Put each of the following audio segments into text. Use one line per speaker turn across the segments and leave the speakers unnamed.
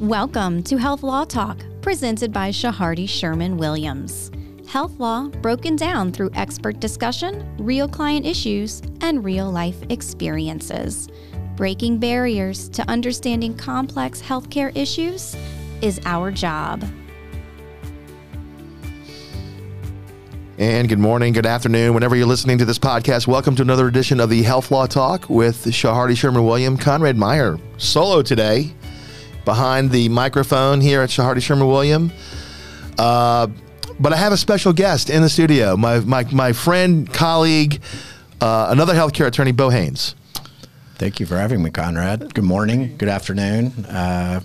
Welcome to Health Law Talk, presented by Shahardi Sherman Williams. Health law broken down through expert discussion, real client issues, and real life experiences. Breaking barriers to understanding complex healthcare issues is our job.
And good morning, good afternoon, whenever you're listening to this podcast. Welcome to another edition of the Health Law Talk with Shahardi Sherman William, Conrad Meyer, solo today, behind the microphone here at Shahardi Sherman William. Uh, but I have a special guest in the studio, my my, my friend, colleague, uh, another healthcare attorney, Bo Haynes.
Thank you for having me, Conrad. Good morning, good afternoon uh,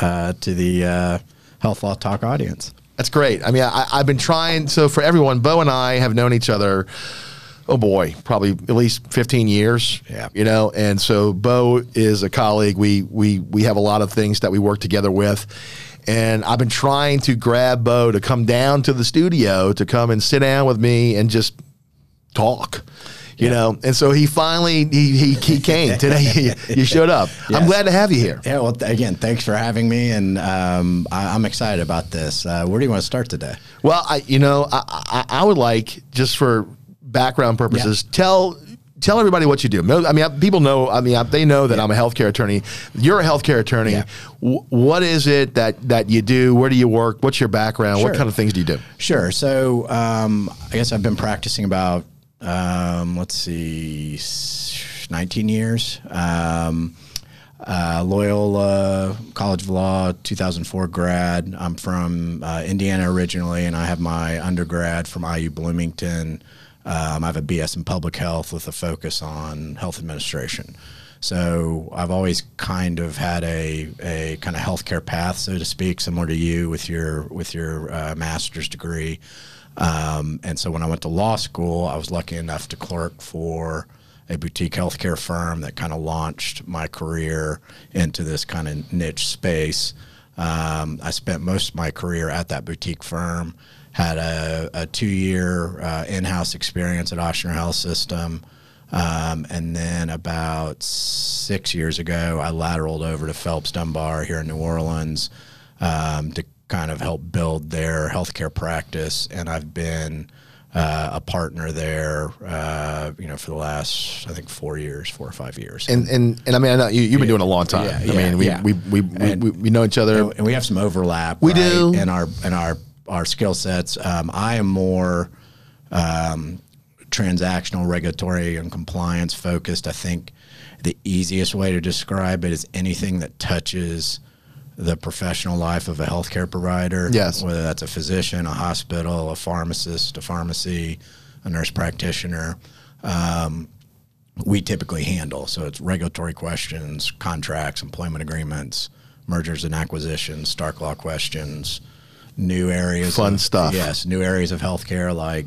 uh, to the uh, Health Law Talk audience.
That's great. I mean, I, I've been trying. So for everyone, Bo and I have known each other. Oh boy, probably at least fifteen years.
Yeah.
you know. And so Bo is a colleague. We we we have a lot of things that we work together with. And I've been trying to grab Bo to come down to the studio to come and sit down with me and just talk. You know, and so he finally he he, he came today. He- you showed up. I'm
Yes.
glad to have you here.
Yeah, well, th- again, thanks for having me, and um, I- I'm excited about this. Uh, where do you want to start today?
Well, I you know I, I I would like just for background purposes tell tell everybody what you do. No, I mean I, people know. I mean I, they know that I'm a healthcare attorney. You're a healthcare attorney.
Yeah.
Wh- what is it that that you do? Where do you work? What's your background? What
Sure.
kind of things do you do?
Sure. So um, I guess I've been practicing about, um, let's see, s- 19 years. Um, uh, Loyola College of Law, 2004 grad. I'm from uh, Indiana originally, and I have my undergrad from IU Bloomington. Um, I have a BS in public health with a focus on health administration. So I've always kind of had a, a kind of healthcare path, so to speak, similar to you with your with your uh, master's degree. Um, and so when I went to law school, I was lucky enough to clerk for a boutique healthcare firm that kind of launched my career into this kind of niche space. Um, I spent most of my career at that boutique firm, had a, a two year uh, in house experience at Ochsner Health System. Um, and then about six years ago, I lateraled over to Phelps Dunbar here in New Orleans um, to kind of help build their healthcare practice. And I've been uh, a partner there, uh, you know, for the last, I think, four years, four or five years.
And and, and I mean I know you, you've been doing it a long time.
Yeah,
I
yeah,
mean we,
yeah.
we, we, we,
And-
we we know each other.
and we have some overlap.
We
right,
do.
in our in our our skill sets. Um, I am more um, transactional, regulatory, and compliance focused. I think the easiest way to describe it is anything that touches the professional life of a healthcare provider.
Yes.
whether that's a physician, a hospital, a pharmacist, a pharmacy, a nurse practitioner we typically handle. So it's regulatory questions, contracts, employment agreements, mergers and acquisitions, Stark law questions, new areas.
Fun
of-
stuff.
Yes, new areas of healthcare like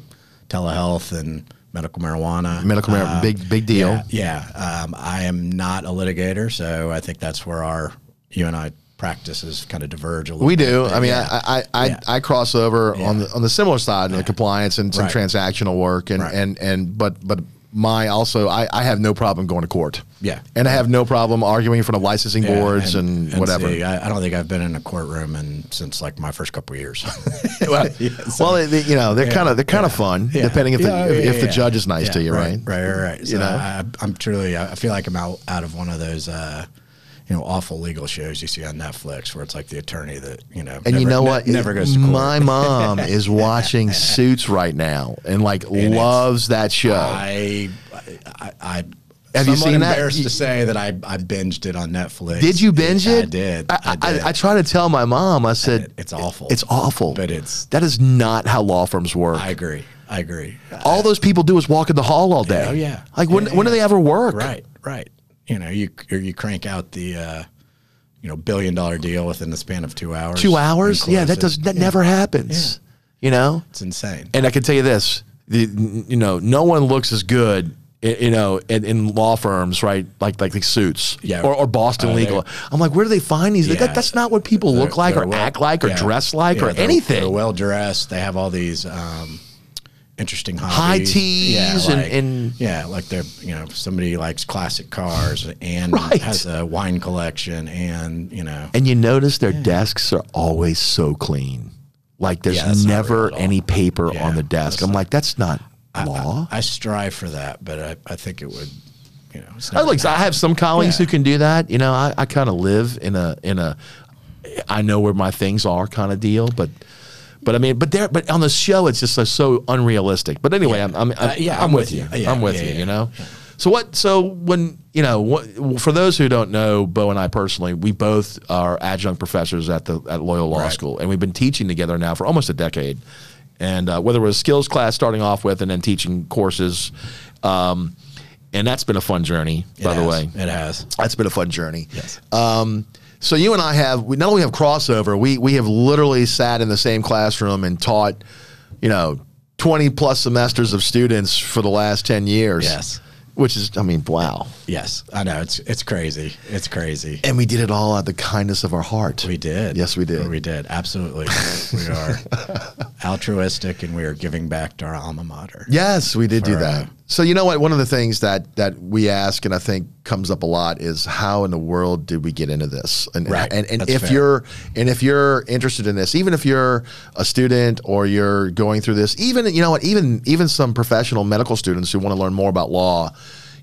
telehealth and medical marijuana. Uh,
Medical marijuana, big big deal.
Yeah, yeah. Um, I am not a litigator, so I think that's where our you and I practices kind of diverge a little.
We
bit,
do.
but
I mean,
yeah.
I I, I,
Yeah.
I cross over on the on the similar side of the compliance and some
Right.
transactional work and,
Right.
and and but but my also I, I have no problem going to court.
Yeah.
and I have no problem arguing in front of licensing
Yeah,
boards and, whatever.
see, I, I don't think I've been in a courtroom and since like my first couple of years.
well, well, they- you know, they're kind of they're kind of fun
Yeah.
depending if
Yeah,
the,
yeah,
if the
yeah.
judge is nice
Yeah,
to you, right?
Right, right, right. So
know?
I, I'm truly, I feel like I'm out, out of one of those, uh, you know, awful legal shows you see on Netflix where it's like the attorney that, you know,
And you
never-
know
ne-
what?
never goes to court.
My mom is watching Suits right now and like
it's-
loves that show.
I, I, I
Have you
somewhat
seen that?
embarrassed
You-
to say that I, I binged it on Netflix.
Did you binge
Yeah,
it?
I did.
I,
I, did.
I, I try to tell my mom. I said,
it's awful.
It's awful.
But it's-
that is not how law firms work.
I agree. I agree.
all those people do is walk in the hall all day.
Oh, yeah.
Like when
Yeah,
when do
yeah.
they ever work?
Right, right. You know, you or you crank out the uh, you know billion dollar deal within the span of two hours.
Two
and
hours? Yeah,
close
that
it.
does that never happens. You know.
It's insane.
And I can tell you this: the you know, no one looks as good. i- You know, in, in law firms, right? Like like the suits,
Yeah.
or, or Boston
Oh, they-
legal. I'm like, where do they find these? Like,
Yeah.
that, that's not what people
They're-
look like,
they're
or
well-
act like, or
yeah.
dress like,
Yeah,
or
they're-
anything.
They're well dressed. They have all these um, interesting
High
hobbies.
teas and- and-
yeah, like they're you know somebody likes classic cars and
Right.
has a wine collection and you know
And you notice their desks are always so clean. Like there's
Yeah, that's not
never
real at all.
any paper
Yeah,
on the desk.
that's
I'm like, that's not law.
I strive for that, but I, I think it would you know it's
I,
not-
like I have some colleagues
Yeah.
who can do that. You know, I, I kind of live in a in a I know where my things are kind of deal, but but I mean, but there, but on the show, it's just so, so unrealistic. But anyway, I'm I'm, I'm,
Uh, yeah,
I'm with you.
Yeah,
I'm with
yeah,
you.
yeah,
you know. So what? So when you know, what, for those who don't know, Bo and I personally, we both are adjunct professors at the at Loyal Law
Right.
School, and we've been teaching together now for almost a decade. And uh, whether it was skills class starting off with, and then teaching courses, um, and that's been a fun journey.
it
by the
has.
way,
it has Uh,
that's been a fun journey.
Yes.
Um, so you and I have we not only have crossover, we we have literally sat in the same classroom and taught, you know, twenty plus semesters of students for the last ten years.
Yes.
Which is, I mean, wow.
yes I know it's it's crazy it's crazy
And we did it all out of the kindness of our heart.
We did.
Yes, we did.
We did. Absolutely. we are altruistic and we are giving back to our alma mater.
Yes, we did do
For,
that.
uh,
So you know what? One of the things that that we ask, and I think comes up a lot, is how in the world did we get into this? And
Right.
and, and
That's
if
fair.
you're and if you're interested in this, even if you're a student or you're going through this, even you know what, even even some professional medical students who want to learn more about law,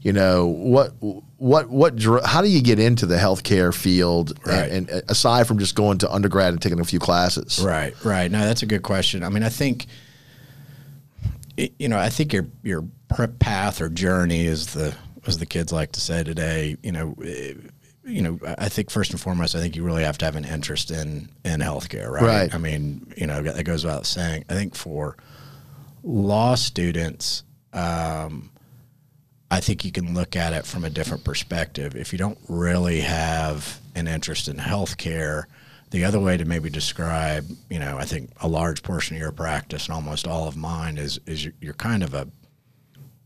you know what what what dr- how do you get into the healthcare field?
Right.
And, and aside from just going to undergrad and taking a few classes,
Right, right. No, that's a good question. I mean, I think it- you know, I think your your prep path or journey is the as the kids like to say today, you know, eh, you know, I I think first and foremost, I think you really have to have an interest in in healthcare, right?
Right.
I mean, you know, that goes without saying. I think for law students, I think you can look at it from a different perspective. If you don't really have an interest in healthcare, the other way to maybe describe, you know, I think a large portion of your practice and almost all of mine is is you're, you're kind of a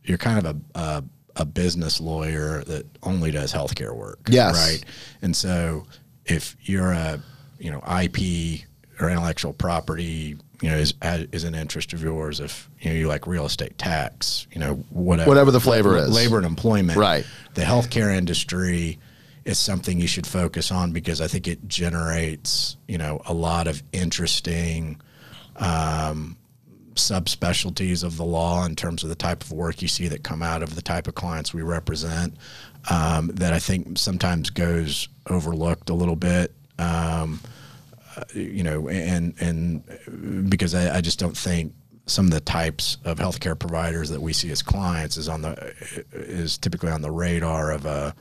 you're kind of a, a a business lawyer that only does healthcare work.
Yes.
Right. And so if you're a, you know, IP or intellectual property, you know, is is an interest of yours. If you know you like real estate tax, you know, whatever
Whatever the flavor is.
labor and employment.
Right.
The healthcare industry is something you should focus on because I think it generates, you know, a lot of interesting um, subspecialties of the law in terms of the type of work you see that come out of the type of clients we represent um, that I think sometimes goes overlooked a little bit. Um, uh, you know, and and because I, I just don't think some of the types of healthcare providers that we see as clients is on the is typically on the radar of a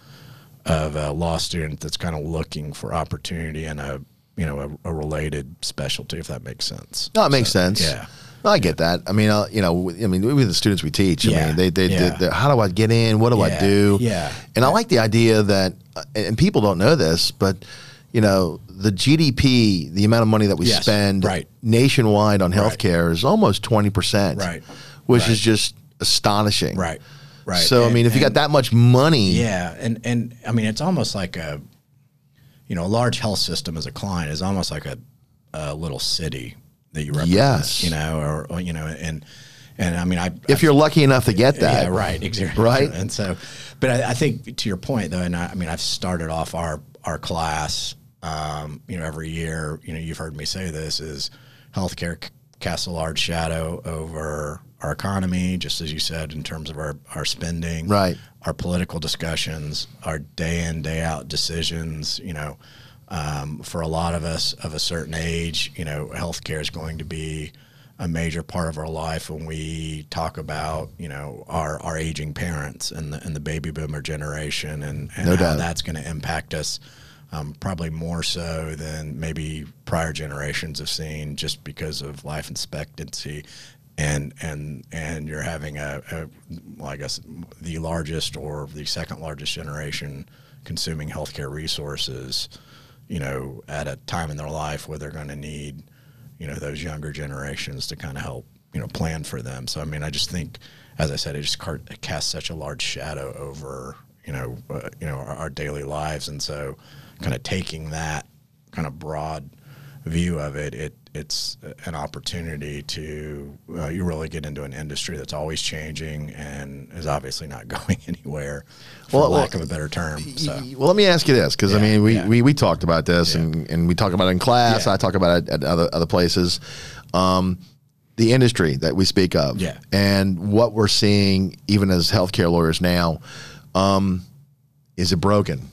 of a law student that's kind of looking for opportunity in a you know a, a related specialty, if that makes sense.
No, it makes sense.
yeah.
No, I get that. I mean, uh, you know, w- I mean, with the students we teach, I
Yeah.
mean, they, they, they-
Yeah.
they're, how do I get in? What do I
Yeah.
do?
Yeah.
And I like the idea that, uh, and and people don't know this, but you know, the GDP, the amount of money that we
Yes.
spend
Right.
nationwide on healthcare is almost twenty percent,
Right.
Which
Right.
is just astonishing,
Right. Right.
So I
And-
mean, if you got
and-
that much money,
Yeah, and and I mean it's almost like a, you know, a large health system as a client is almost like a, a little city that you represent.
Yes.
you know, or, or, you know, and and I mean I
if you're lucky enough to get that,
yeah right exactly
Right?
and so, but I, I think to your point though, and I, I mean I've started off our our class, um, you know, every year, you know, you've heard me say this is healthcare c- casts a large shadow over our economy, just as you said in terms of our our spending,
Right.
our political discussions, our day in day out decisions. You know, um, for a lot of us of a certain age, you know, healthcare is going to be a major part of our life when we talk about you know our our aging parents and the and the baby boomer generation and, and
No
how
doubt.
that's going to impact us. Um, probably more so than maybe prior generations have seen, just because of life expectancy, and and and you're having a, a well, I guess the largest or the second largest generation consuming healthcare resources, you know, at a time in their life where they're going to need, you know, those younger generations to kind of help, you know, plan for them. So I mean, I just think, as I said, it just car- it casts such a large shadow over, you know, uh, you know, our, our daily lives, and so kind of taking that kind of broad view of it, it it's an opportunity to uh, you really get into an industry that's always changing and is obviously not going anywhere, for
Well,
lack
well,
of a better term. So.
Y- Well, let me ask you this, because I
Yeah,
mean, we,
yeah.
we, we talked about this, and, and we talk about it in class.
Yeah.
I talk about it at other other places. Um, the industry that we speak of,
Yeah.
and what we're seeing, even as healthcare lawyers now, um, is it broken?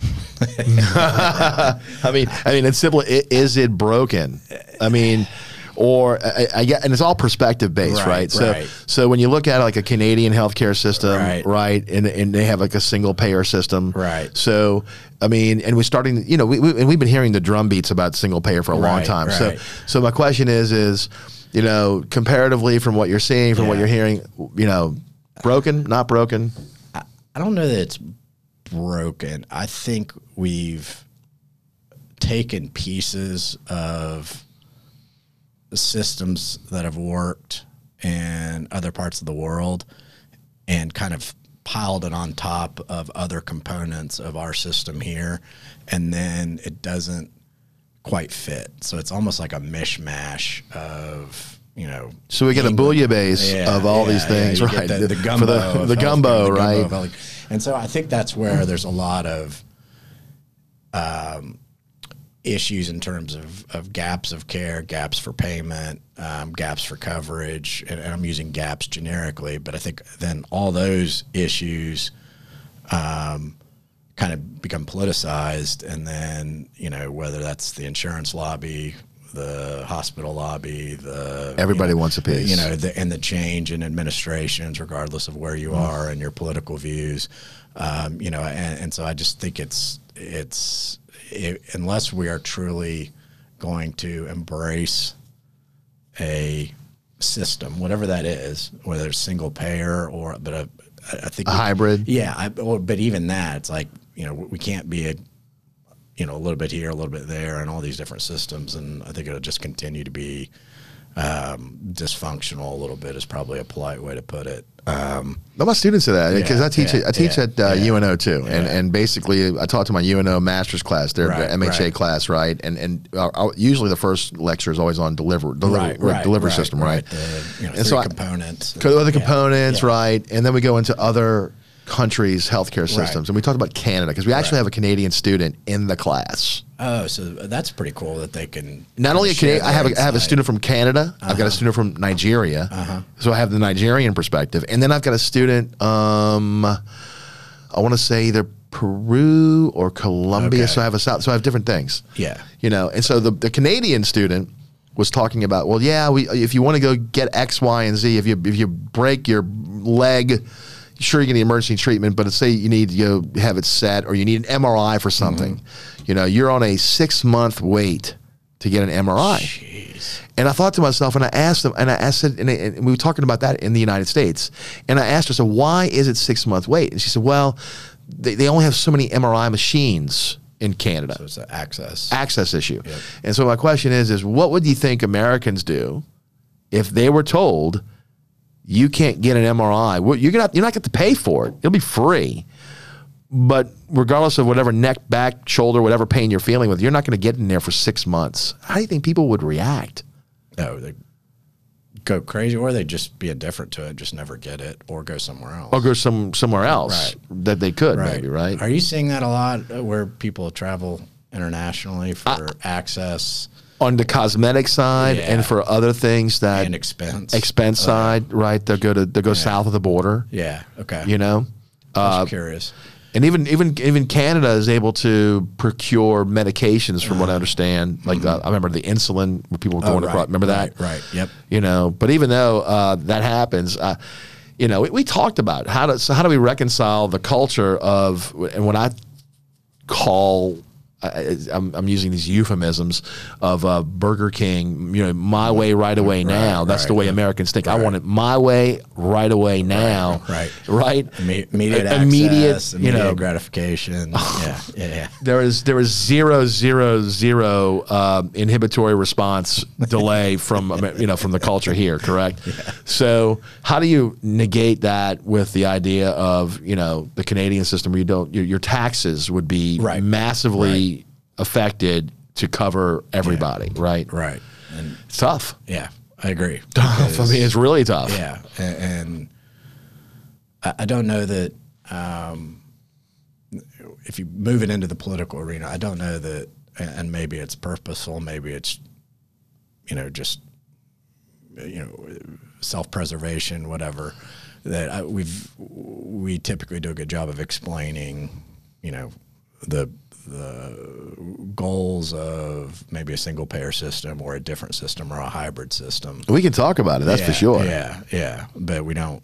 I mean, I mean, it's simple. i- Is it broken? I mean, or I, I get, and it's all perspective based, right?
Right,
So,
right.
so when you look at like a Canadian healthcare system,
Right.
right, and and they have like a single payer system,
Right.
So, I mean, and we're starting, you know, we, we and we've been hearing the drumbeats about single payer for a long
Right,
time.
right.
So, so my question is, is you know, comparatively from what you're seeing, from what
Yeah.
you're hearing, you know, broken, not broken.
I don't know that it's broken. I think we've taken pieces of the systems that have worked in other parts of the world and kind of piled it on top of other components of our system here. And then it doesn't quite fit. So it's almost like a mishmash of, you know,
So we get a bouillabaisse
yeah,
of all
yeah,
these
yeah,
things,
you get
right?
The, the
For
gumbo,
the,
of
the
healthcare,
gumbo,
the
right?
of health- and so I think that's where there's a lot of um, issues in terms of, of gaps of care, gaps for payment, um, gaps for coverage, and, and I'm using gaps generically, but I think then all those issues um, kind of become politicized, and then you know whether that's the insurance lobby, the hospital lobby, the
Everybody
you know,
wants a piece.
you know, the, and the change in administrations, regardless of where
Mm-hmm.
you are and your political views, um, you know, and, and so I just think it's it's it, unless we are truly going to embrace a system, whatever that is, whether it's single payer or but a, I I think
A hybrid.
yeah, I, or, but even that, it's like you know we can't be a you know a little bit here, a little bit there, and all these different systems, and I think it'll just continue to be um, dysfunctional a little bit is probably a polite way to put it. Um,
No, my students are that because
Yeah,
I teach
yeah,
I teach
yeah,
at uh,
yeah.
UNO too, and
Yeah.
and basically I taught to my UNO master's class, their
Right,
MHA
right.
class, right? And and uh, I'll- usually the first lecture is always on deliver deliver delivery system, right?
The, you know,
And so
three
I-
components.
Co- other
Yeah,
components,
yeah.
right? And then we go into other countries' healthcare systems, and we talked about Canada because we actually
Right.
have a Canadian student in the class.
Oh, so that's pretty cool that they can.
Not only a
share
Canadian, I have
their
a, I have a
insight. Uh-huh.
student from Canada. I've got a student from Nigeria, so I have the Nigerian perspective, and then I've got a student. Um, I want to say either Peru or Colombia.
Okay.
So I have a South. So I have different things.
Yeah.
you know, and so the the Canadian student was talking about, well, yeah, we if you want to go get X, Y, and Z, if you if you break your leg. Sure, you get emergency treatment, but say you need to go have it set or you need an MRI for something.
Mm-hmm.
You know, you're on a six month wait to get an MRI.
Jeez.
And I thought to myself, and I asked them, and I asked, it, and, and we were talking about that in the United States. And I asked her, so why is it six month wait? And she said, well, they, they only have so many MRI machines in Canada,
So it's the access.
access issue. And so my question is, is what would you think Americans do if they were told you can't get an MRI? Well, you're gonna, you're not going to pay for it. It'll be free. But regardless of whatever neck, back, shoulder, whatever pain you're feeling with, you're not going to get in there for six months. How do you think people would react?
No, they go crazy, or they just be indifferent to it, just never get it, or go somewhere else.
or go some somewhere else that they could maybe right
Are you seeing that a lot uh, where people travel internationally for access
on the cosmetic side
Yeah.
and for other things that
and expense?
expense side right they'll go to they'll go south of the border
yeah. Okay.
you know uh,
I'm just curious.
and even even even Canada is able to procure medications from what I understand like uh, I remember the insulin where people were going across remember that
Mm-hmm. Oh, Right. right, Yep.
you know. But even though uh, that happens, uh, you know, we, we talked about how do so how do we reconcile the culture of and when I call. I- I- I'm, I'm using these euphemisms of uh, Burger King, you know, my way right away now. That's the
right.
way Americans think. I want it my way right away now.
right.
Right.
Imme- Immediate
I-
access.
immediate,
Immediate,
you know.
gratification. yeah. Yeah. Yeah.
There is there is zero zero zero um, inhibitory response delay from Amer- you know from the culture here, correct? So how do you negate that with the idea of you know the Canadian system where you don't your, your taxes would be
Right.
massively affected to cover everybody, right?
Right. And
It's tough.
yeah, I agree.
Tough. I mean, it's really tough.
Yeah, a- and I I don't know that um, if you move it into the political arena, I don't know that, and maybe it's purposeful, maybe it's you know just you know self-preservation, whatever. That I, we've we typically do a good job of explaining, you know, the the goals of maybe a single payer system or a different system or a hybrid system.
We can talk about it. That's for
Yeah,
sure.
Yeah, yeah, but we don't.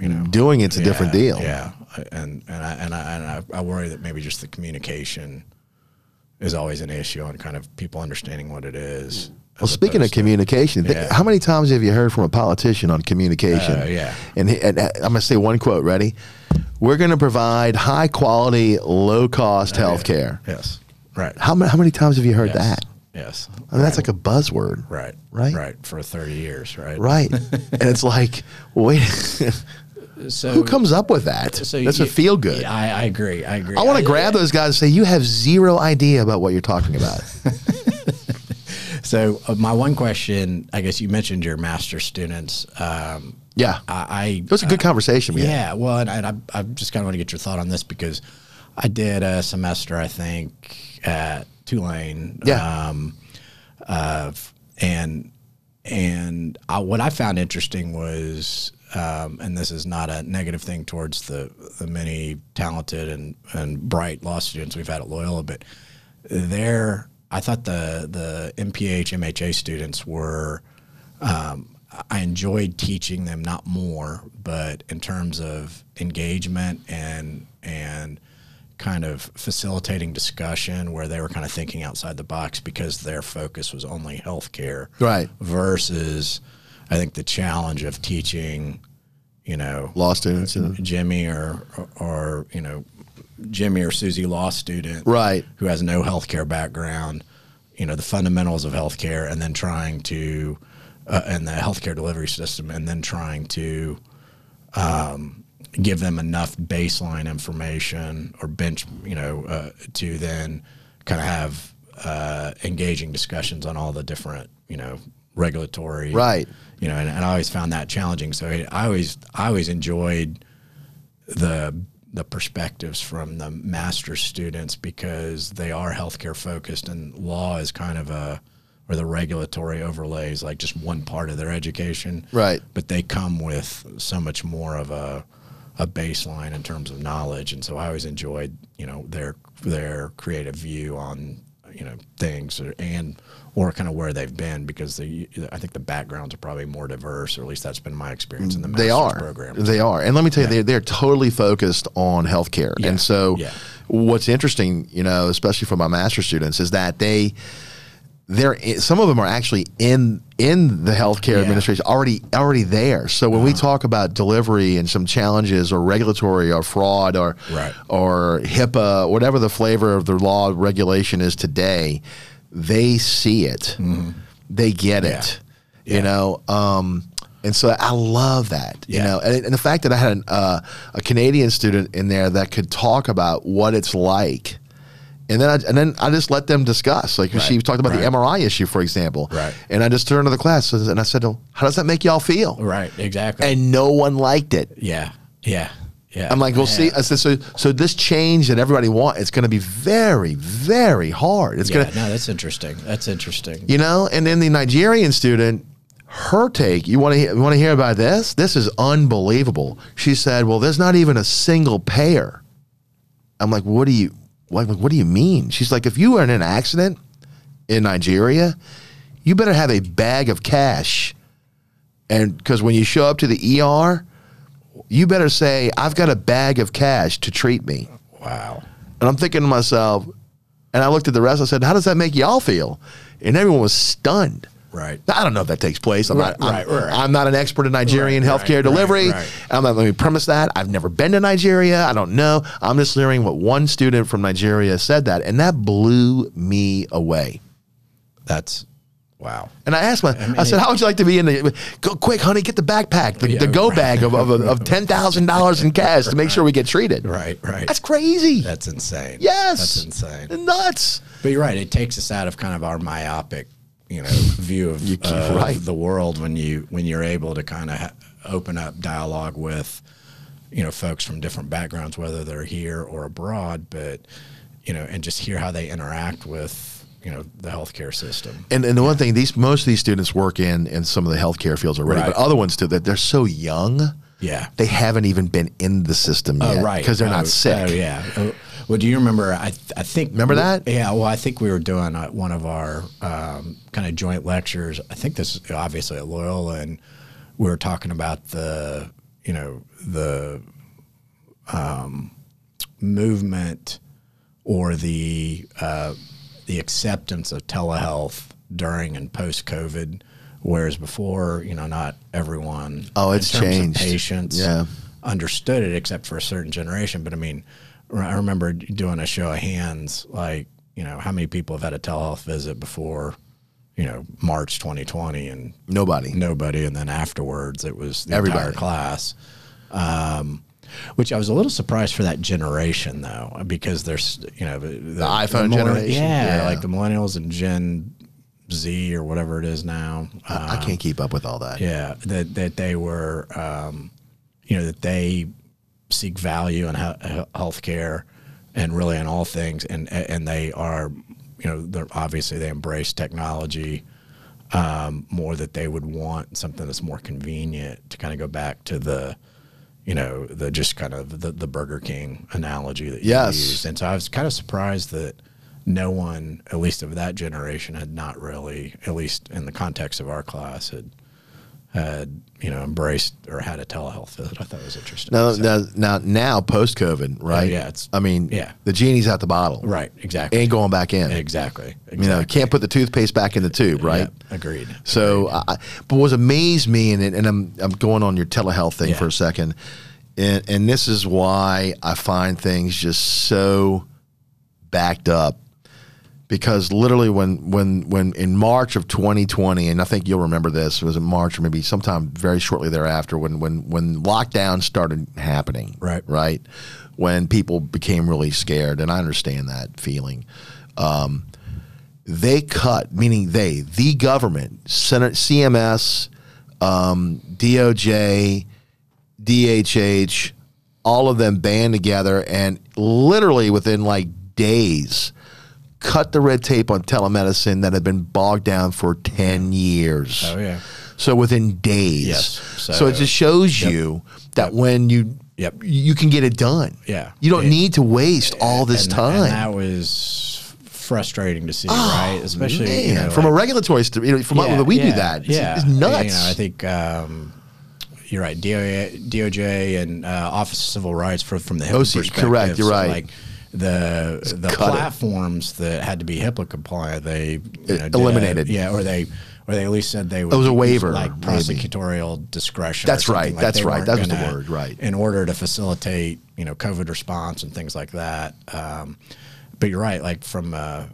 You know,
Doing it's a different
yeah,
deal.
Yeah, and and I and I, and I, I worry that maybe just the communication is always an issue, and kind of people understanding what it is.
Well, speaking of communication, th-
Yeah.
how many times have you heard from a politician on communication?
Uh, yeah.
And, he- and uh, I'm going to say one quote. Ready? We're going to provide high quality, low cost health care.
yes, right,
How, ma- how many times have you heard
Oh, yes.
that?
yes,
I mean, that's like a buzzword.
right,
Right?
right, for thirty years, right,
Right. and it's like, wait,
So
who comes up with that? that's a
you-
feel good.
I, I agree, I agree.
I want to grab those guys and say, you have zero idea about what you're talking about.
So uh, my one question, I guess you mentioned your master students. Um,
yeah.
I, I
It was a good conversation we
Yeah.
had.
well, and, and I, I just kind of want to get your thought on this because I did a semester, I think, at Tulane.
Yeah.
Um, uh, and and I, what I found interesting was, um, and this is not a negative thing towards the the many talented and and bright law students we've had at Loyola, but there, I thought the the MPH MHA students were. I enjoyed teaching them not more, but in terms of engagement and and kind of facilitating discussion where they were kind of thinking outside the box because their focus was only healthcare
Right.
versus I think the challenge of teaching, you know,
Law students. And,
Jimmy or, or you know Jimmy or Susie law student
Right.
who has no healthcare background you know the fundamentals of healthcare and then trying to uh, and the healthcare delivery system and then trying to um, give them enough baseline information or bench you know uh, to then kind of have uh, engaging discussions on all the different you know regulatory
Right.
you know, and, and I always found that challenging. So I, I always I always enjoyed the the perspectives from the master students because they are healthcare focused, and law is kind of a or the regulatory overlays like just one part of their education,
Right.
But they come with so much more of a a baseline in terms of knowledge, and so I always enjoyed you know their their creative view on you know things or, and or kind of where they've been because the I think the backgrounds are probably more diverse, or at least that's been my experience in the
they
master's
are.
program.
They are. And let me tell you, they're, they're totally focused on healthcare.
Yeah.
And so
Yeah.
what's interesting, you know, especially for my master students is that they, they're i- some of them are actually in in the healthcare
Yeah. Uh-huh.
administration already already there. So when we talk about delivery and some challenges or regulatory or fraud or
Right.
or HIPAA, whatever the flavor of the law regulation is today, they see it,
Mm-hmm.
they get it, you know. Um, and so I love that, you
Yeah.
know, and, and the fact that I had an, uh, a Canadian student in there that could talk about what it's like and then I, and then I just let them discuss. Like she
Right,
talked about the
right.
MRI issue, for example.
Right.
And I just turned to the class and I said, "Well, "How does that make y'all feel?"
Right, exactly.
And no one liked it.
yeah, yeah, yeah.
I'm like, "Well,
Yeah.
see," I said, "So, so this change that everybody wants, it's going to be very, very hard. It's
Yeah,
going to,
no, that's interesting. That's interesting.
you know." And then the Nigerian student, her take, you want to want to hear about this? This is unbelievable. She said, "Well, there's not even a single payer." I'm like, what do you like, like, what do you mean? She's like, if you are in an accident in Nigeria, you better have a bag of cash. And because when you show up to the ER, you better say, I've got a bag of cash to treat me.
Wow.
And I'm thinking to myself, and I looked at the rest, I said, How does that make y'all feel? And everyone was stunned.
Right.
Now, I don't know if that takes place. I'm, not,
Right,
I'm,
right, right.
I'm not an expert in Nigerian
Right,
healthcare
right,
delivery.
right, right.
I'm not, let me premise that. I've never been to Nigeria. I don't know. I'm just hearing what one student from Nigeria said that, and that blew me away.
That's wow.
And I asked my, I, said, how would you like to be in the, go quick, honey, get the backpack, the, the go bag of, of, of $10,000 in cash to make sure we get treated.
Right, right.
That's crazy.
That's insane.
yes.
That's insane.
Nuts.
But you're right. It takes us out of kind of our myopic you know view of,
keep
of
right.
the world when you when you're able to kind of ha- open up dialogue with you know folks from different backgrounds whether they're here or abroad but you know and just hear how they interact with you know the healthcare system
And, and the one thing these most of these students work in in some of the healthcare fields already,
Right.
but other ones too that they're so young,
yeah
they haven't even been in the system yet,
Oh, right.
Because they're
Oh,
not sick.
Oh, yeah. Oh, well, do you remember? I, I think.
Remember that?
Yeah. Well, I think we were doing uh, one of our um, kind of joint lectures. I think this is obviously at Loyola, and we were talking about the, you know, the um, movement or the uh, the acceptance of telehealth during and post COVID. Whereas before, you know, not everyone.
Oh,
in
it's
terms of
changed.
patients
Yeah.
understood it except for a certain generation. But I mean, r- I remember doing a show of hands, like, you know, how many people have had a telehealth visit before, you know, March 2020 and
Nobody.
nobody. And then afterwards it was the
Everybody.
entire class. Um, which I was a little surprised for that generation though, because there's, you know, the, the
iPhone
millenn-
generation.
Yeah,
Yeah.
Like the millennials and Gen Z or whatever it is now. Uh,
I can't keep up with all that.
yeah, that that they were, um, you know, that they seek value in he- health care and really in all things, and and they are, you know, they're obviously they embrace technology um, more. That they would want something that's more convenient to kind of go back to the. You know the just kind of the, the Burger King analogy that you
Yes.
used, and so I was kind of surprised that no one, at least of that generation, had not really, at least in the context of our class, had had you know embraced or had a telehealth visit. I thought it was interesting.
Now,
So- Oh,
now, now, now post COVID, right?
yeah, it's-
I mean,
yeah.
the genie's out the bottle.
right, exactly,
Ain't going back in.
exactly, exactly.
You know, can't put the toothpaste back in the tube, right?
Yeah, agreed.
So, I, I- but what amazed me, and, and I'm I'm going on your telehealth thing
Yeah.
for a second, and, and this is why I find things just so backed up, because literally when when when in March of 2020, and I think you'll remember this, it was in March or maybe sometime very shortly thereafter when when when lockdown started happening,
Right.
right, when people became really scared, and I understand that feeling Um, they cut, meaning they, the government, Senate, CMS, um, DOJ, DHH, all of them band together and literally within like days cut the red tape on telemedicine that had been bogged down for 10 years.
Oh yeah,
So within days.
Yes.
So,
So-
it just shows you that when you
Yep.
you can get it done.
Yeah.
You don't
And-
need to waste all this
and,
time. Oh,
and that was frustrating to see, right? Especially you
Man,
know,
from
like-
a regulatory, st- you know, from
Yeah,
what we do
yeah,
that, it's,
yeah.
it's
You
nuts.
know, I think um, you're right. DOJ, DOJ and uh, Office of Civil Rights for, from the HIPAA
OC,
perspective.
correct, you're
so,
right.
Like the the
cut it.
platforms that had to be HIPAA compliant, they you know, did-
eliminated.
yeah, or they. Or they at least said they would.
It was a
use,
waiver,
like
maybe.
prosecutorial discretion. or
That's right,
something, like
that's
they
right,
weren't
that was the
gonna-
word, right.
In order to facilitate, you know, COVID response and things like that. Um, but you're right, like from uh,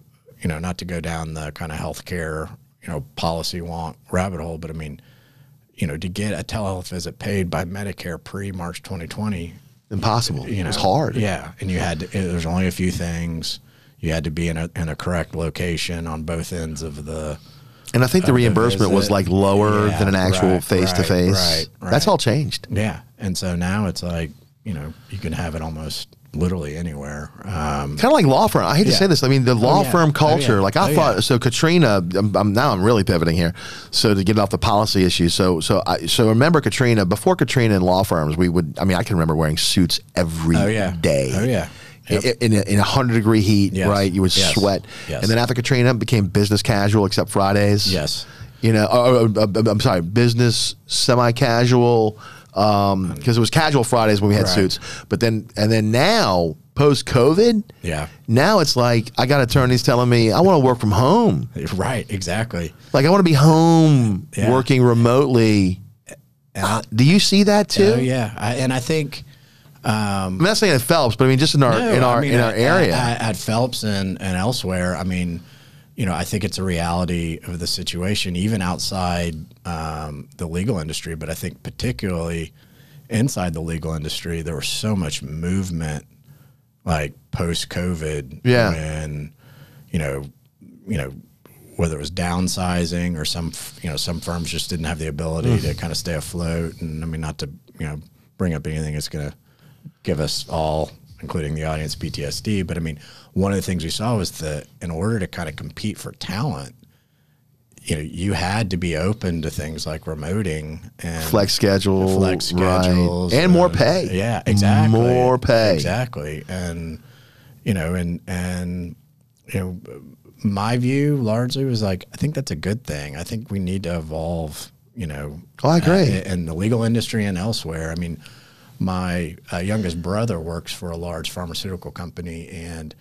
you know, not to go down the kind of healthcare, you know, policy want rabbit hole, but I mean, you know, to get a telehealth visit paid by Medicare pre March 2020,
Impossible.
you know,
it was hard.
Yeah, and you had to, there's only a few things you had to be in a in a correct location on both ends of the.
And I think the reimbursement was
visit.
like lower
Yeah,
than an actual
right,
face to face.
right, right,
That's
right.
all changed.
Yeah, and so now it's like you know you can have it almost literally anywhere. Um,
Kind of like law firm. I hate to
Yeah.
say this. I mean, the law
yeah.
firm
Oh,
culture.
yeah.
Like I
Oh,
thought.
yeah.
So Katrina. I'm, I'm now. I'm really pivoting here. So to get off the policy issue. So so I so remember Katrina. Before Katrina in law firms, we would. I mean, I can remember wearing suits every day.
oh yeah, oh yeah, Yep.
I- in, a, in a hundred degree heat,
Yes.
right? You would
Yes.
sweat.
Yes.
And then after Katrina, it became business casual except Fridays.
Yes.
You know, oh, oh, oh, I'm sorry, business semi casual, because it was casual Fridays when we had
Right.
suits. But then, and then now, post COVID,
yeah.
now it's like I got attorneys telling me I want to work from home.
Right, exactly.
Like I want to be home
Yeah.
working remotely. Uh, do you see that too?
Oh yeah, I, and I think
I'm not saying at Phelps, but I mean just in our
No,
in our
I mean,
in our
at-
area.
at, at Phelps and and elsewhere. I mean, you know, I think it's a reality of the situation, even outside um, the legal industry. But I think particularly inside the legal industry, there was so much movement, like post COVID,
Yeah.
when you know, you know. whether it was downsizing or some f- you know some firms just didn't have the ability
Hmm.
to kind of stay afloat. And I mean, not to you know bring up anything that's going to give us all, including the audience, PTSD. But I mean, one of the things we saw was that in order to kind of compete for talent, you know, you had to be open to things like remoting and
Flex schedule,
flex schedules,
right. and more pay.
Yeah, exactly.
More pay.
exactly. And you know, and and you know, my view largely was like, I think that's a good thing. I think we need to evolve. You know,
Oh, I agree.
uh, in the legal industry and elsewhere. I mean, my uh, youngest brother works for a large pharmaceutical company, and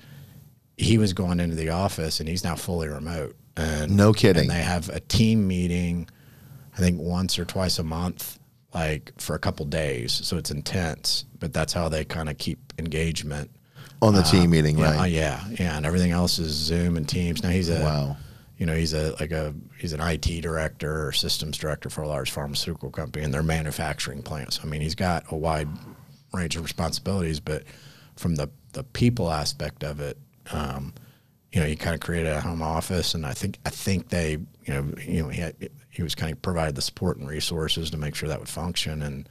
he was going into the office, and he's now fully remote. And
No kidding.
And they have a team meeting, I think once or twice a month, like for a couple days. So it's intense, but that's how they kind of keep engagement.
On the team meeting,
uh, Yeah,
right?
yeah, yeah, and everything else is Zoom and Teams. Now he's a
Wow.
you know, he's a like a he's an IT director or systems director for a large pharmaceutical company and their manufacturing plants. I mean, he's got a wide range of responsibilities, but from the the people aspect of it, um, you know, he kind of created a home office, and I think I think they, you know, you know, he had, he was kind of provided the support and resources to make sure that would function, and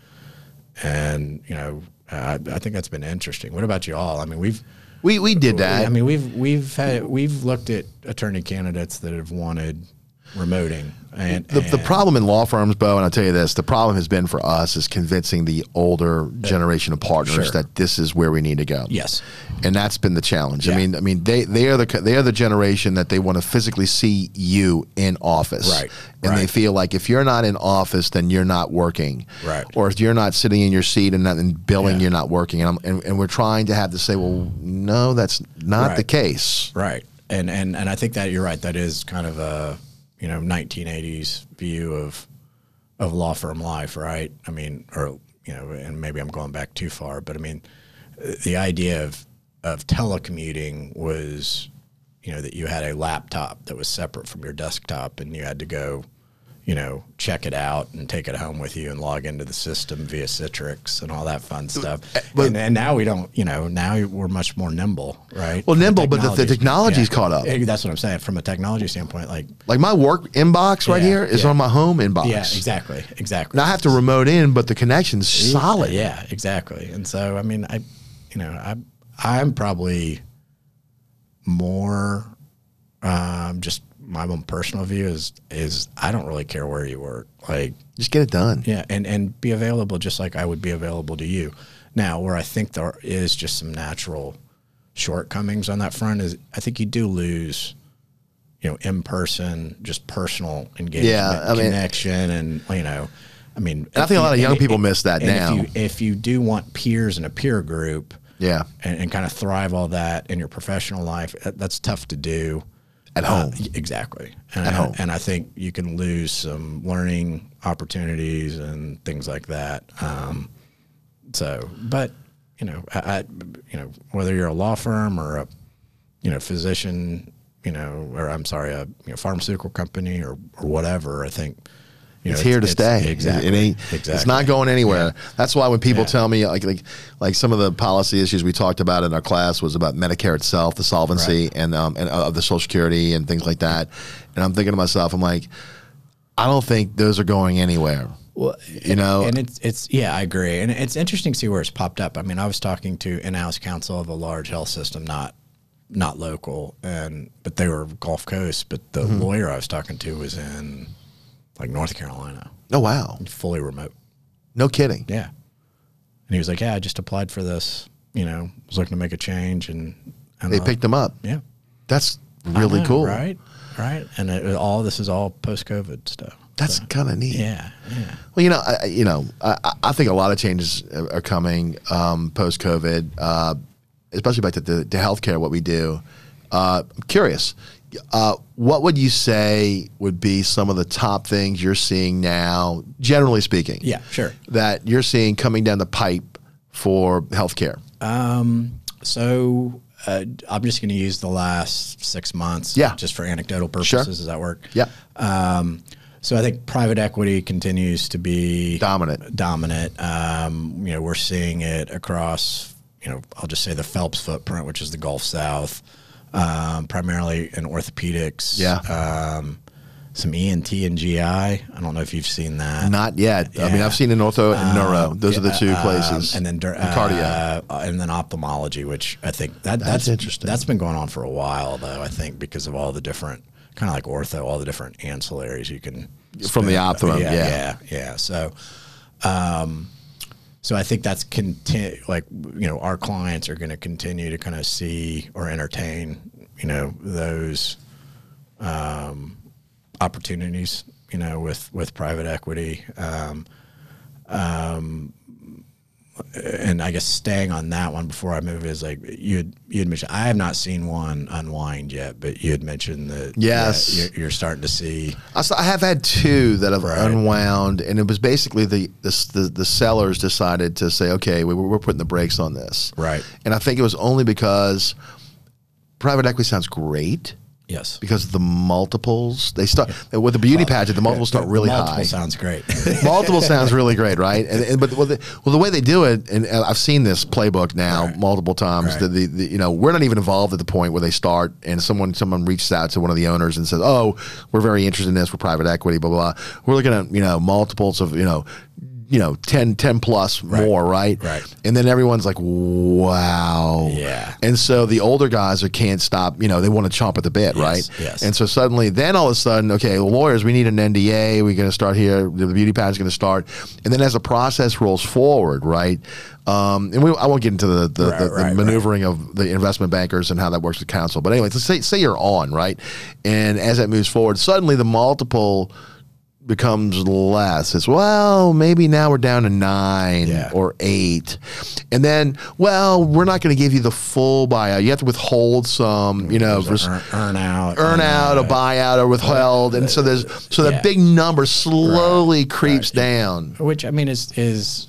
and you know, I, I think that's been interesting. What about you all? I mean, we've
We we did that.
I mean, we've we've had, we've looked at attorney candidates that have wanted remoting, and
the, the
and-
problem in law firms, Bo, and I'll tell you this: the problem has been for us is convincing the older generation of partners
Sure.
that this is where we need to go.
Yes.
and that's been the challenge. I
Yeah.
mean, I mean, they they are the co- they are the generation that they want to physically see you in office,
Right,
And they
right.
feel like if you're not in office, then you're not working,
Right.
Or if you're not sitting in your seat and, not, and billing,
Yeah.
you're not working. And, I'm, and and we're trying to have to say, well, no, that's not
Right.
the case.
right? And and and I think that you're right. That is kind of a you know 1980s view of of law firm life, right? I mean, or you know, and maybe I'm going back too far, but I mean, the idea of of telecommuting was, you know, that you had a laptop that was separate from your desktop, and you had to go, you know, check it out and take it home with you and log into the system via Citrix and all that fun stuff.
but-
and, and now we don't, you know, now we're much more nimble, right?
Well,
From a
nimble, but the- the technology's caught up.
Eh, That's what I'm saying. From a technology standpoint, like
Like my work inbox right
Yeah,
here is
yeah.
on my home inbox.
yeah, exactly, exactly.
And I have to remote in, but the connection's solid.
Yeah, exactly. And so, I mean, I, you know, I, I'm probably more, um, just my own personal view is is I don't really care where you work. Like,
Just get it done.
yeah, and and be available just like I would be available to you. Now, where I think there is just some natural shortcomings on that front is I think you do lose, you know, in person, just personal engagement,
I mean-
connection, and you know, I mean,
And I think a lot of
and-
young
and-
people miss that
and if
now.
you- If you, do want peers and a peer group,
Yeah.
and, and kind of thrive all that in your professional life, that- that's tough to do.
At
Uh,
home.
exactly. And,
home.
And I think you can lose some learning opportunities and things like that. Um, so, but you know, I, I, you know, whether you're a law firm or a, you know, physician, you know, or I'm sorry, a you know, pharmaceutical company or, or whatever, I think you
It's
know,
here to
it's-
stay.
Exactly.
It ain't, It's
exactly.
not going anywhere. That's why when people
Yeah.
tell me like, like like some of the policy issues we talked about in our class was about Medicare itself, the solvency and um and uh, of the Social Security and things like that. And I'm thinking to myself, I'm like, I don't think those are going anywhere.
Well,
You know,
and it's it's yeah, I agree, and it's interesting to see where it's popped up. I mean, I was talking to in-house counsel of a large health system, not not local, and but they were Gulf Coast. But the lawyer I was talking to was in like North Carolina,
oh wow,
fully remote.
no kidding.
Yeah, and he was like, "Yeah, I just applied for this. You know, was looking to make a change, and, and
They
uh,
picked them up.
yeah,
That's really
Yeah,
cool.
right? Right, and it, all this is all post-COVID stuff.
That's kind of neat.
yeah, yeah,
Well, you know, I, I- you know, I, I- I think a lot of changes are are coming um, post COVID, uh, especially back to the to healthcare. What we do. Uh, I'm curious. Uh, what would you say would be some of the top things you're seeing now, generally speaking?
yeah, sure.
That you're seeing coming down the pipe for healthcare.
Um, so uh, I'm just going to use the last six months,
Yeah.
just for anecdotal purposes. Does that work?
Yep.
Um, so I think private equity continues to be
Dominant.
Dominant. Um, you know, we're seeing it across. You know, I'll just say the Phelps footprint, which is the Gulf South. um, primarily in orthopedics.
Yeah.
Um, some ENT and GI. I don't know if you've seen that.
Not yet. I mean,
Yeah.
I've seen an ortho and neuro. Those are the two
Um,
places.
and then dur-
cardio.
uh, and then ophthalmology, which I think that that's,
interesting.
That's been going on for a while, though. I think because of all the different kind of like ortho, all the different ancillaries you can
From the optimum, yeah.
yeah, yeah. So, um, so I think that's continue. Like you know, our clients are going to continue to kind of see or entertain you know those um, opportunities. You know, with with private equity. Um, and I guess staying on that one before I move is like you had, you had mentioned. I have not seen one unwind yet, but you had mentioned that
Yes.
that you're, you're starting to see
I, saw, I have had two that have
Right.
unwound, and it was basically the the, s- the the sellers decided to say, okay, we, we're putting the brakes on this,
Right.
And I think it was only because private equity sounds great
yes
because the multiples they start with the beauty pageant, the multiples start really
multiple
high.
sounds great.
multiple sounds really great, right? And, and but well the, well, the way they do it, and uh, I've seen this playbook now multiple times.
Right.
The, the, the you know we're not even involved at the point where they start, and someone someone reaches out to one of the owners and says, "Oh, we're very interested in this. We're private equity, blah blah. blah. We're looking at you know multiples of you know." You know, 10, 10 plus more, right?
Right.
And then everyone's like, wow.
Yeah.
And so the older guys are can't stop, you know, they want to chomp at the bit, right?
yes.
And so suddenly, then all of a sudden, okay, lawyers, we need an NDA. We're going to start here. The beauty pageant's going to start, and then as the process rolls forward, right? Um, and we, I won't get into the the,
Right,
the, the
right, right.
maneuvering of the investment bankers and how that works with counsel. But anyway, so say say you're on, right? And as that moves forward, suddenly the multiple becomes less. It's well, maybe now we're down to nine
Yeah.
or eight, and then well, we're not going to give you the full buyout. You have to withhold some,
Mm,
you know, vers-
earn, earn out,
earn out, a buyout, or withheld, and so there's so that
Yeah.
big number slowly creeps down,
which I mean is is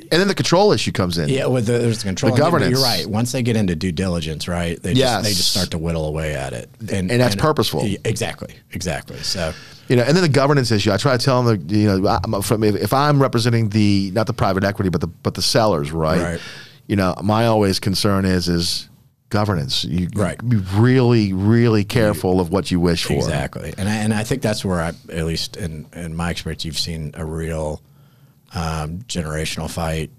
and then the control issue comes in.
yeah. Well, there- there's the control.
The
And then
governance.
You're right. Once they get into due diligence, right? They
Yes.
just, they just start to whittle away at it,
And that's purposeful.
Yeah, Exactly. Exactly. So
You know, and then the governance issue. I try to tell them, the, you know, I- I'm, from, if I'm representing the not the private equity, but the but the sellers, right?
Right.
You know, my always concern is is governance. You
Right.
be really really careful of what you wish for.
Exactly, and I, and I think that's where I, at least in in my experience, you've seen a real um, generational fight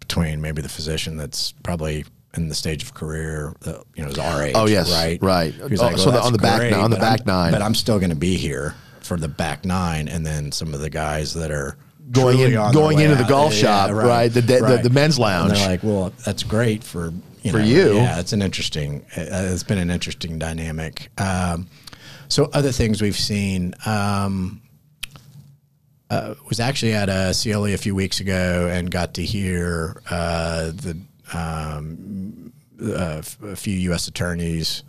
between maybe the physician that's probably in the stage of career, uh, you know, is our age.
Oh, yes.
right,
Right.
Who's
Oh,
like,
so
well,
the-
that's
on the back
great,
nine- on the
but I'm-
back nine.
but I'm still going to be here for the back nine, and then some of the guys that are.
Going in-
truly on their
going
way
into the
out.
golf shop, right, the- the- the men's
And
lounge.
they're like, well, that's great for you
For
know,
you.
Yeah, it's an interesting. uh, It's been an interesting dynamic. Um, so other things we've seen um, uh, was actually at a CLE a few weeks ago and got to hear uh, the um, uh, a few U.S. attorneys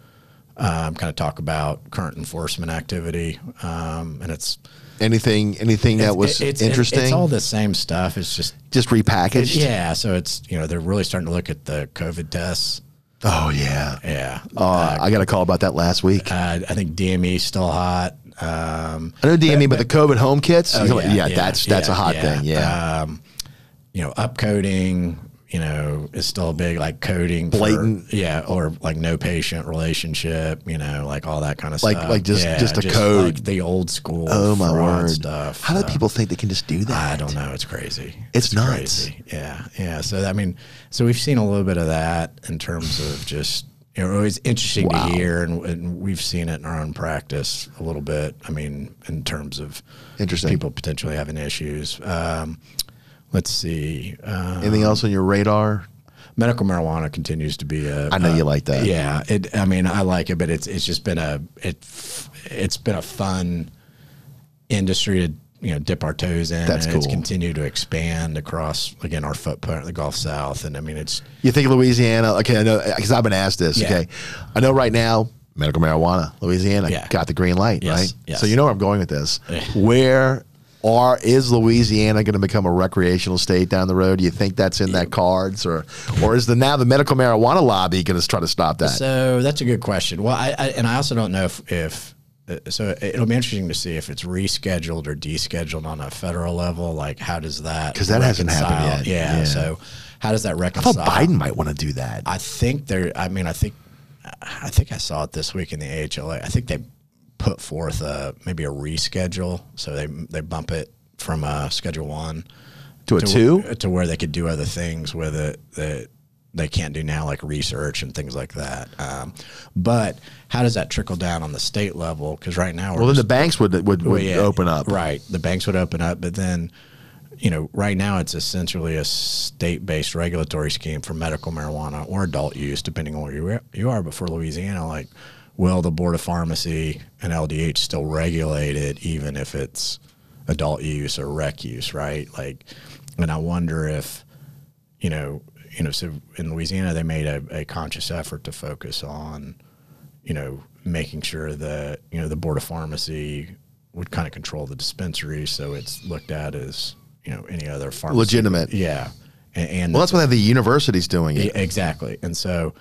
um, kind of talk about current enforcement activity, um, and it's
Anything anything that was
it's- it's-
interesting,
It's all the same stuff. It's just
just repackaged.
yeah. So it's you know they're really starting to look at the COVID tests.
Oh yeah.
Yeah,
Uh, I got a call about that last week.
uh, I think DME still hot. Um,
I know DME, but the COVID home kits.
Oh,
yeah, that's that's
yeah,
a hot
yeah.
thing. Yeah.
Um, you know, upcoding, you know, is still big, like coding. for-
Blatant.
yeah. Or like no patient relationship, you know, like all that kind of
Like-
stuff.
like just-
Yeah,
just a code.
Like the old school.
oh my
fraud
word.
Stuff.
How do
uh,
people think they can just do that?
I don't know. It's crazy.
It's nuts.
Crazy. Yeah. Yeah. So, I mean, so we've seen a little bit of that in terms of just, you know, it's interesting
Wow.
to hear, and, and we've seen it in our own practice a little bit. I mean, in terms of
Interesting.
people potentially having issues. Um, let's see. Uh,
Anything else on your radar?
medical marijuana continues to be a.
I know
a-
you like that.
Uh, Yeah, it. I mean, I like it, but it's it's just been a it. It's been a fun industry to you know dip our toes in.
That's
and It's
cool.
continued to expand across again our footprint, in the Gulf South, and I mean it's
You think of Louisiana? Okay, I know because I've been asked this.
Yeah.
Okay, I know right now medical marijuana, Louisiana
Yeah.
got the green light,
Yes,
right?
yes.
So you know where I'm going with this.
Yeah.
Where are is Louisiana going to become a recreational state down the road? Do you think that's in that cards, or or is the now the medical marijuana lobby going to try to stop that?
so that's a good question. Well, I, I and I also don't know if if uh, so it'll be interesting to see if it's rescheduled or descheduled on a federal level. Like, how does that?
'Cause that hasn't happened
reconcile?
yet.
Yeah,
Yeah.
So, how does that
I thought
reconcile?
Biden might want to do that.
I think they're. I mean, I think, I think I saw it this week in the AHLA. I think they put forth a maybe a reschedule, so they they bump it from uh, Schedule One
to a
to
two?
wh- to where they could do other things with it that they can't do now, like research and things like that. Um, but how does that trickle down on the state level? Because right now, we're
well, then
just-
the banks would would, would
well, Oh, yeah,
open up.
Right. The banks would open up, but then, you know, right now it's essentially a state based regulatory scheme for medical marijuana or adult use, depending on where you, you are. But for Louisiana, like, will the Board of Pharmacy and LDH still regulate it, even if it's adult use or rec use, right? Like, and I wonder if, you know, you know, so in Louisiana, they made a, a conscious effort to focus on, you know, making sure that you know the board of pharmacy would kind of control the dispensary, so it's looked at as you know any other pharmacy.
Legitimate.
Yeah, and, and
Well, that's why the university's doing it.
yeah, exactly. And so,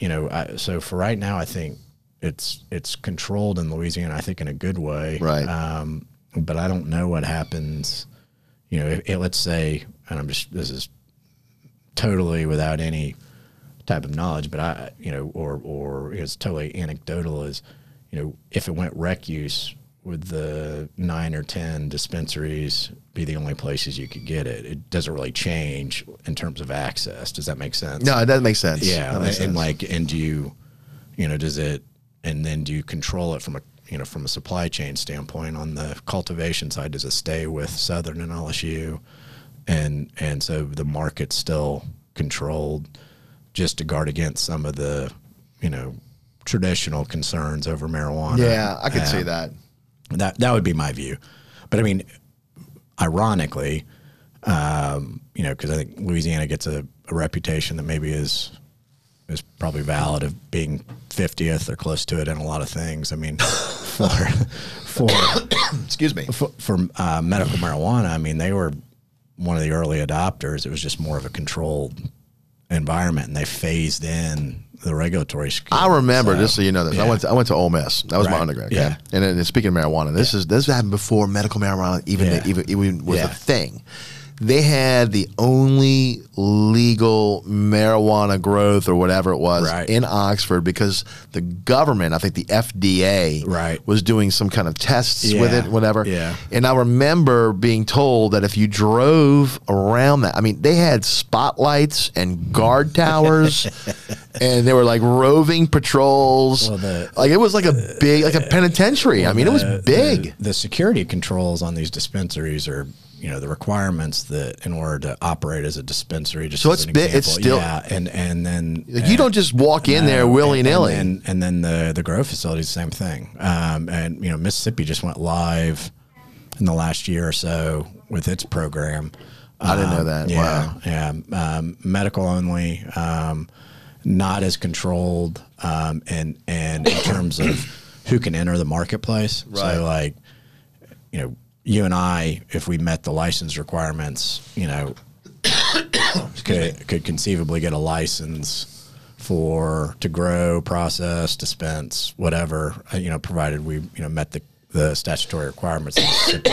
you know, I, so for right now, I think it's it's controlled in Louisiana. I think in a good way,
Right.
Um, but I don't know what happens. You know, it, let's say, and I'm just this is totally without any type of knowledge, but I, you know, or or it's totally anecdotal. Is you know, if it went rec use, would the nine or ten dispensaries be the only places you could get it? It doesn't really change in terms of access. Does that make sense?
No, that makes sense.
Yeah,
That
and,
makes sense.
and like, and do you, you know, does it, and then do you control it from a, you know, from a supply chain standpoint on the cultivation side? Does it stay with Southern and LSU, and and so the market's still controlled, just to guard against some of the, you know, traditional concerns over marijuana.
yeah, I could
Uh,
see that.
that that would be my view. But I mean, ironically, um, you know, because I think Louisiana gets a, a reputation that maybe is is probably valid of being 50th or close to it in a lot of things. I mean, for for
Excuse me.
for, for uh, medical marijuana, I mean, they were one of the early adopters. It was just more of a controlled environment, and they phased in the regulatory scheme.
I remember, just so you know this, I
yeah.
went to, I went to Ole Miss. That was my
Right.
undergrad. okay?
Yeah.
And then speaking of marijuana, this is this happened before medical marijuana even
Yeah.
even, even was a
Yeah.
thing. They had the only legal marijuana growth or whatever it was
Right.
in Oxford because the government, I think the FDA,
Right.
was doing some kind of tests with
Yeah.
it, whatever.
Yeah.
And I remember being told that if you drove around that, I mean, they had spotlights and guard towers, and they were like roving patrols.
Well, the-
like it was like a big, like a penitentiary. I mean, it was big.
the security controls on these dispensaries are you know the requirements that in order to operate as a dispensary just
So
as
it's
an
bi- it's
example,
still-
yeah and and then
Like you don't just walk in there willy nilly.
and, then- and then the the grow facilities same thing um, and you know Mississippi just went live in the last year or so with its program
I didn't know that.
yeah,
Wow.
yeah. Um, medical only, um, not as controlled, um, and and in terms of who can enter the marketplace.
Right.
So like, you know, you and I, if we met the license requirements, you know, could could conceivably get a license for to grow, process, dispense, whatever. uh, You know, provided we you know met the the statutory requirements. in Mississippi.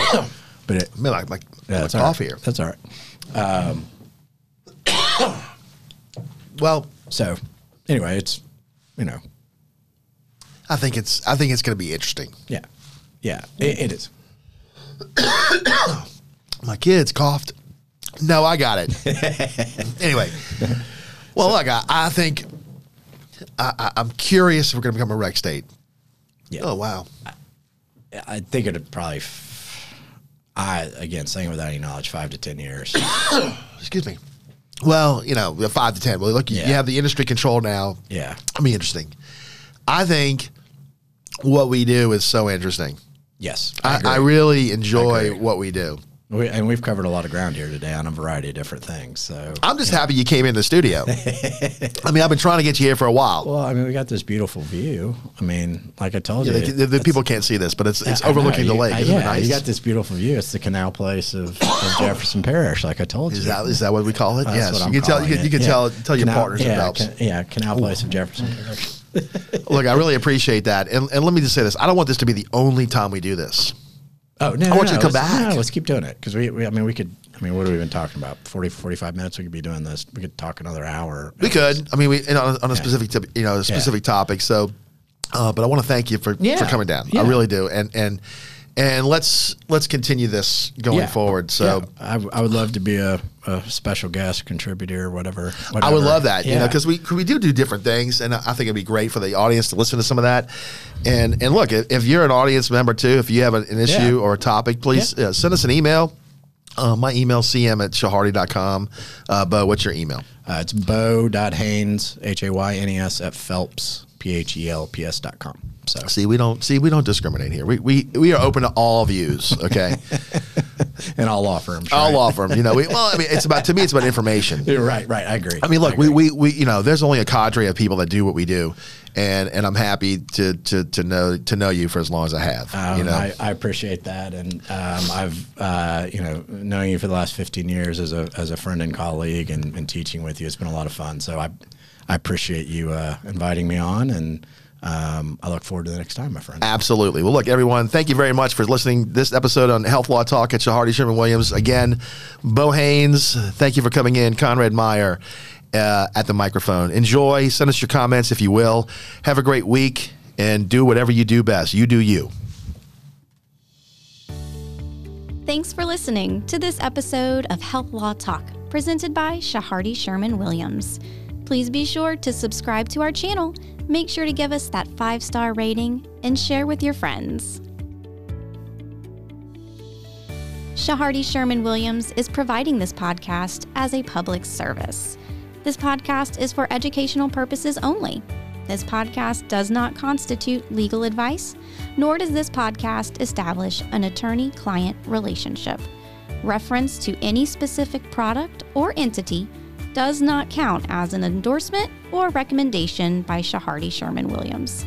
But it,
I mean, like like,
yeah,
like
that's all right.
coffee. Here.
That's all right.
Well,
So anyway, it's you know,
I think it's I think it's going to be interesting.
yeah, yeah, it, it is.
My kids coughed. No, I got it. anyway, well, look, I, I think I, I, I'm curious if we're going to become a rec state.
Yeah.
Oh wow,
I think it'd probably. f- I again saying without any knowledge, five to ten years.
excuse me. Well, you know, the five to ten. Well, look, you, you
Yeah.
have the industry control now.
yeah,
I mean, interesting. I think what we do is so interesting.
yes,
I, I
agree.
really enjoy
agree.
what we do.
we, and we've covered a lot of ground here today on a variety of different things. So
I'm just happy you came in the studio. I mean, I've been trying to get you here for a while.
well, I mean, we got this beautiful view. I mean, like I told
Yeah,
you,
the, the, the people can't see this, but it's it's
I know,
overlooking the
you-
lake.
I-
Isn't it
yeah,
nice?
you got this beautiful view. It's the canal place of, of Jefferson Parish, like I told you.
Is that is that what we call it?
That's
yes.
what
You
I'm
can tell you
calling
can, you
it.
can
Yeah.
tell tell your
Canal-
partners
yeah,
it helps.
Can, yeah, Canal Place of Jefferson. Parish.
Look, I really appreciate that. And, and let me just say this I don't want this to be the only time we do this.
Oh no! I
want
no,
you to come
let's-
back.
No, let's keep doing it because we, we. I mean, we could. I mean, what have we been talking about? 40, 45 minutes. We could be doing this. We could talk another hour.
We could. I mean, we and on, a- on a specific, tip- you know, a specific topic. So, uh, but I want to thank you for, for
Yeah.
coming down.
Yeah.
I really do. And and and let's let's continue this going
Yeah.
forward. So.
Yeah. I, w- I would love to be a, a special guest contributor, whatever.
I would
whatever.
love that, you know,
Yeah.
because we 'cause we do do different things, and I I think it'd be great for the audience to listen to some of that. And and look, if, if you're an audience member too, if you have an, an issue
Yeah.
or a topic, please uh, send us an email. Uh, my email cm at shahardi.com. Uh, Bo, what's your email?
uh, it's bo.haynes, H A Y N E S, at Phelps, P H E L P S dot com. So
See, we don't see we don't discriminate here. We we, we are open to all views. Okay,
and I'll offer him.
I'll offer them. You know, we, well, I mean, it's about to me, it's about information.
Right, right. I agree.
I mean, look, we, we, we, you know, there's only a cadre of people that do what we do, and and I'm happy to to, to know to know you for as long as I have.
Um,
you know,
I, I appreciate that, and um, I've uh, you know knowing you for the last 15 years as a as a friend and colleague, and, and teaching with you, it's been a lot of fun. So I I appreciate you uh, inviting me on, and um, I look forward to the next time, my friend.
Absolutely. Well, look, everyone, thank you very much for listening this episode on Health Law Talk at Shahardi Sherman Williams. Again, Bo Haynes, thank you for coming in. Conrad Meyer uh, at the microphone. Enjoy. Send us your comments if you will. Have a great week and do whatever you do best. You do you.
Thanks for listening to this episode of Health Law Talk, presented by Shahardi Sherman Williams. Please be sure to subscribe to our channel, make sure to give us that five star rating, and share with your friends. Shahardi Sherman Williams is providing this podcast as a public service. This podcast is for educational purposes only. This podcast does not constitute legal advice, nor does this podcast establish an attorney client relationship. Reference to any specific product or entity does not count as an endorsement or recommendation by Shahardi Sherman Williams.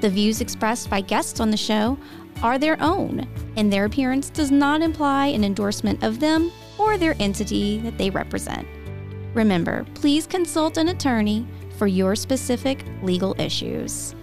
The views expressed by guests on the show are their own, and their appearance does not imply an endorsement of them or their entity that they represent. Remember, please consult an attorney for your specific legal issues.